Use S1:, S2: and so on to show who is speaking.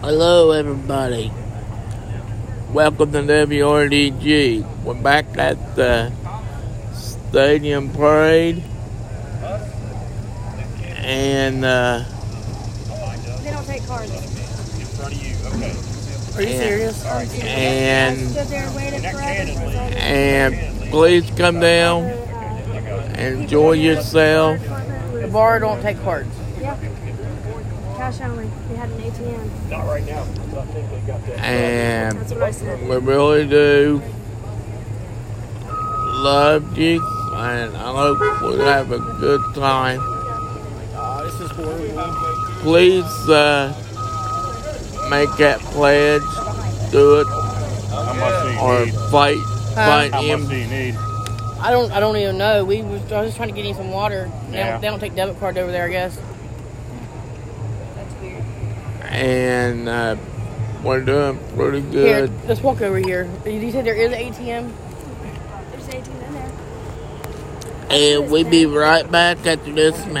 S1: Hello, everybody. Welcome to WRDG. We're back at the Stadium Parade. And, uh,
S2: They don't take cars.
S3: Are you
S1: Yeah.
S3: serious?
S2: I
S1: and,
S2: stood there and waited forever for it.
S1: and please come down,
S2: uh,
S1: enjoy yourself.
S3: The bar don't take cards.
S2: Yeah. Cash only. They had an ATM.
S1: And
S2: That's what I said.
S1: we really do love you. And I hope we have a good time.
S4: This is where we
S1: please uh, make that pledge, do it,
S5: How much do you
S1: or
S5: need?
S1: fight, fight
S5: How much
S1: him.
S5: do you need?
S3: I don't. I don't even know. We was, I was just trying to get you some water. They,
S5: Yeah.
S3: don't, they don't take debit cards over there, I guess.
S2: That's weird.
S1: And uh, we're doing pretty
S3: Here,
S1: good.
S3: let's walk over here. You said there is an ATM.
S2: There's 18 in there.
S1: And we be right back after this match.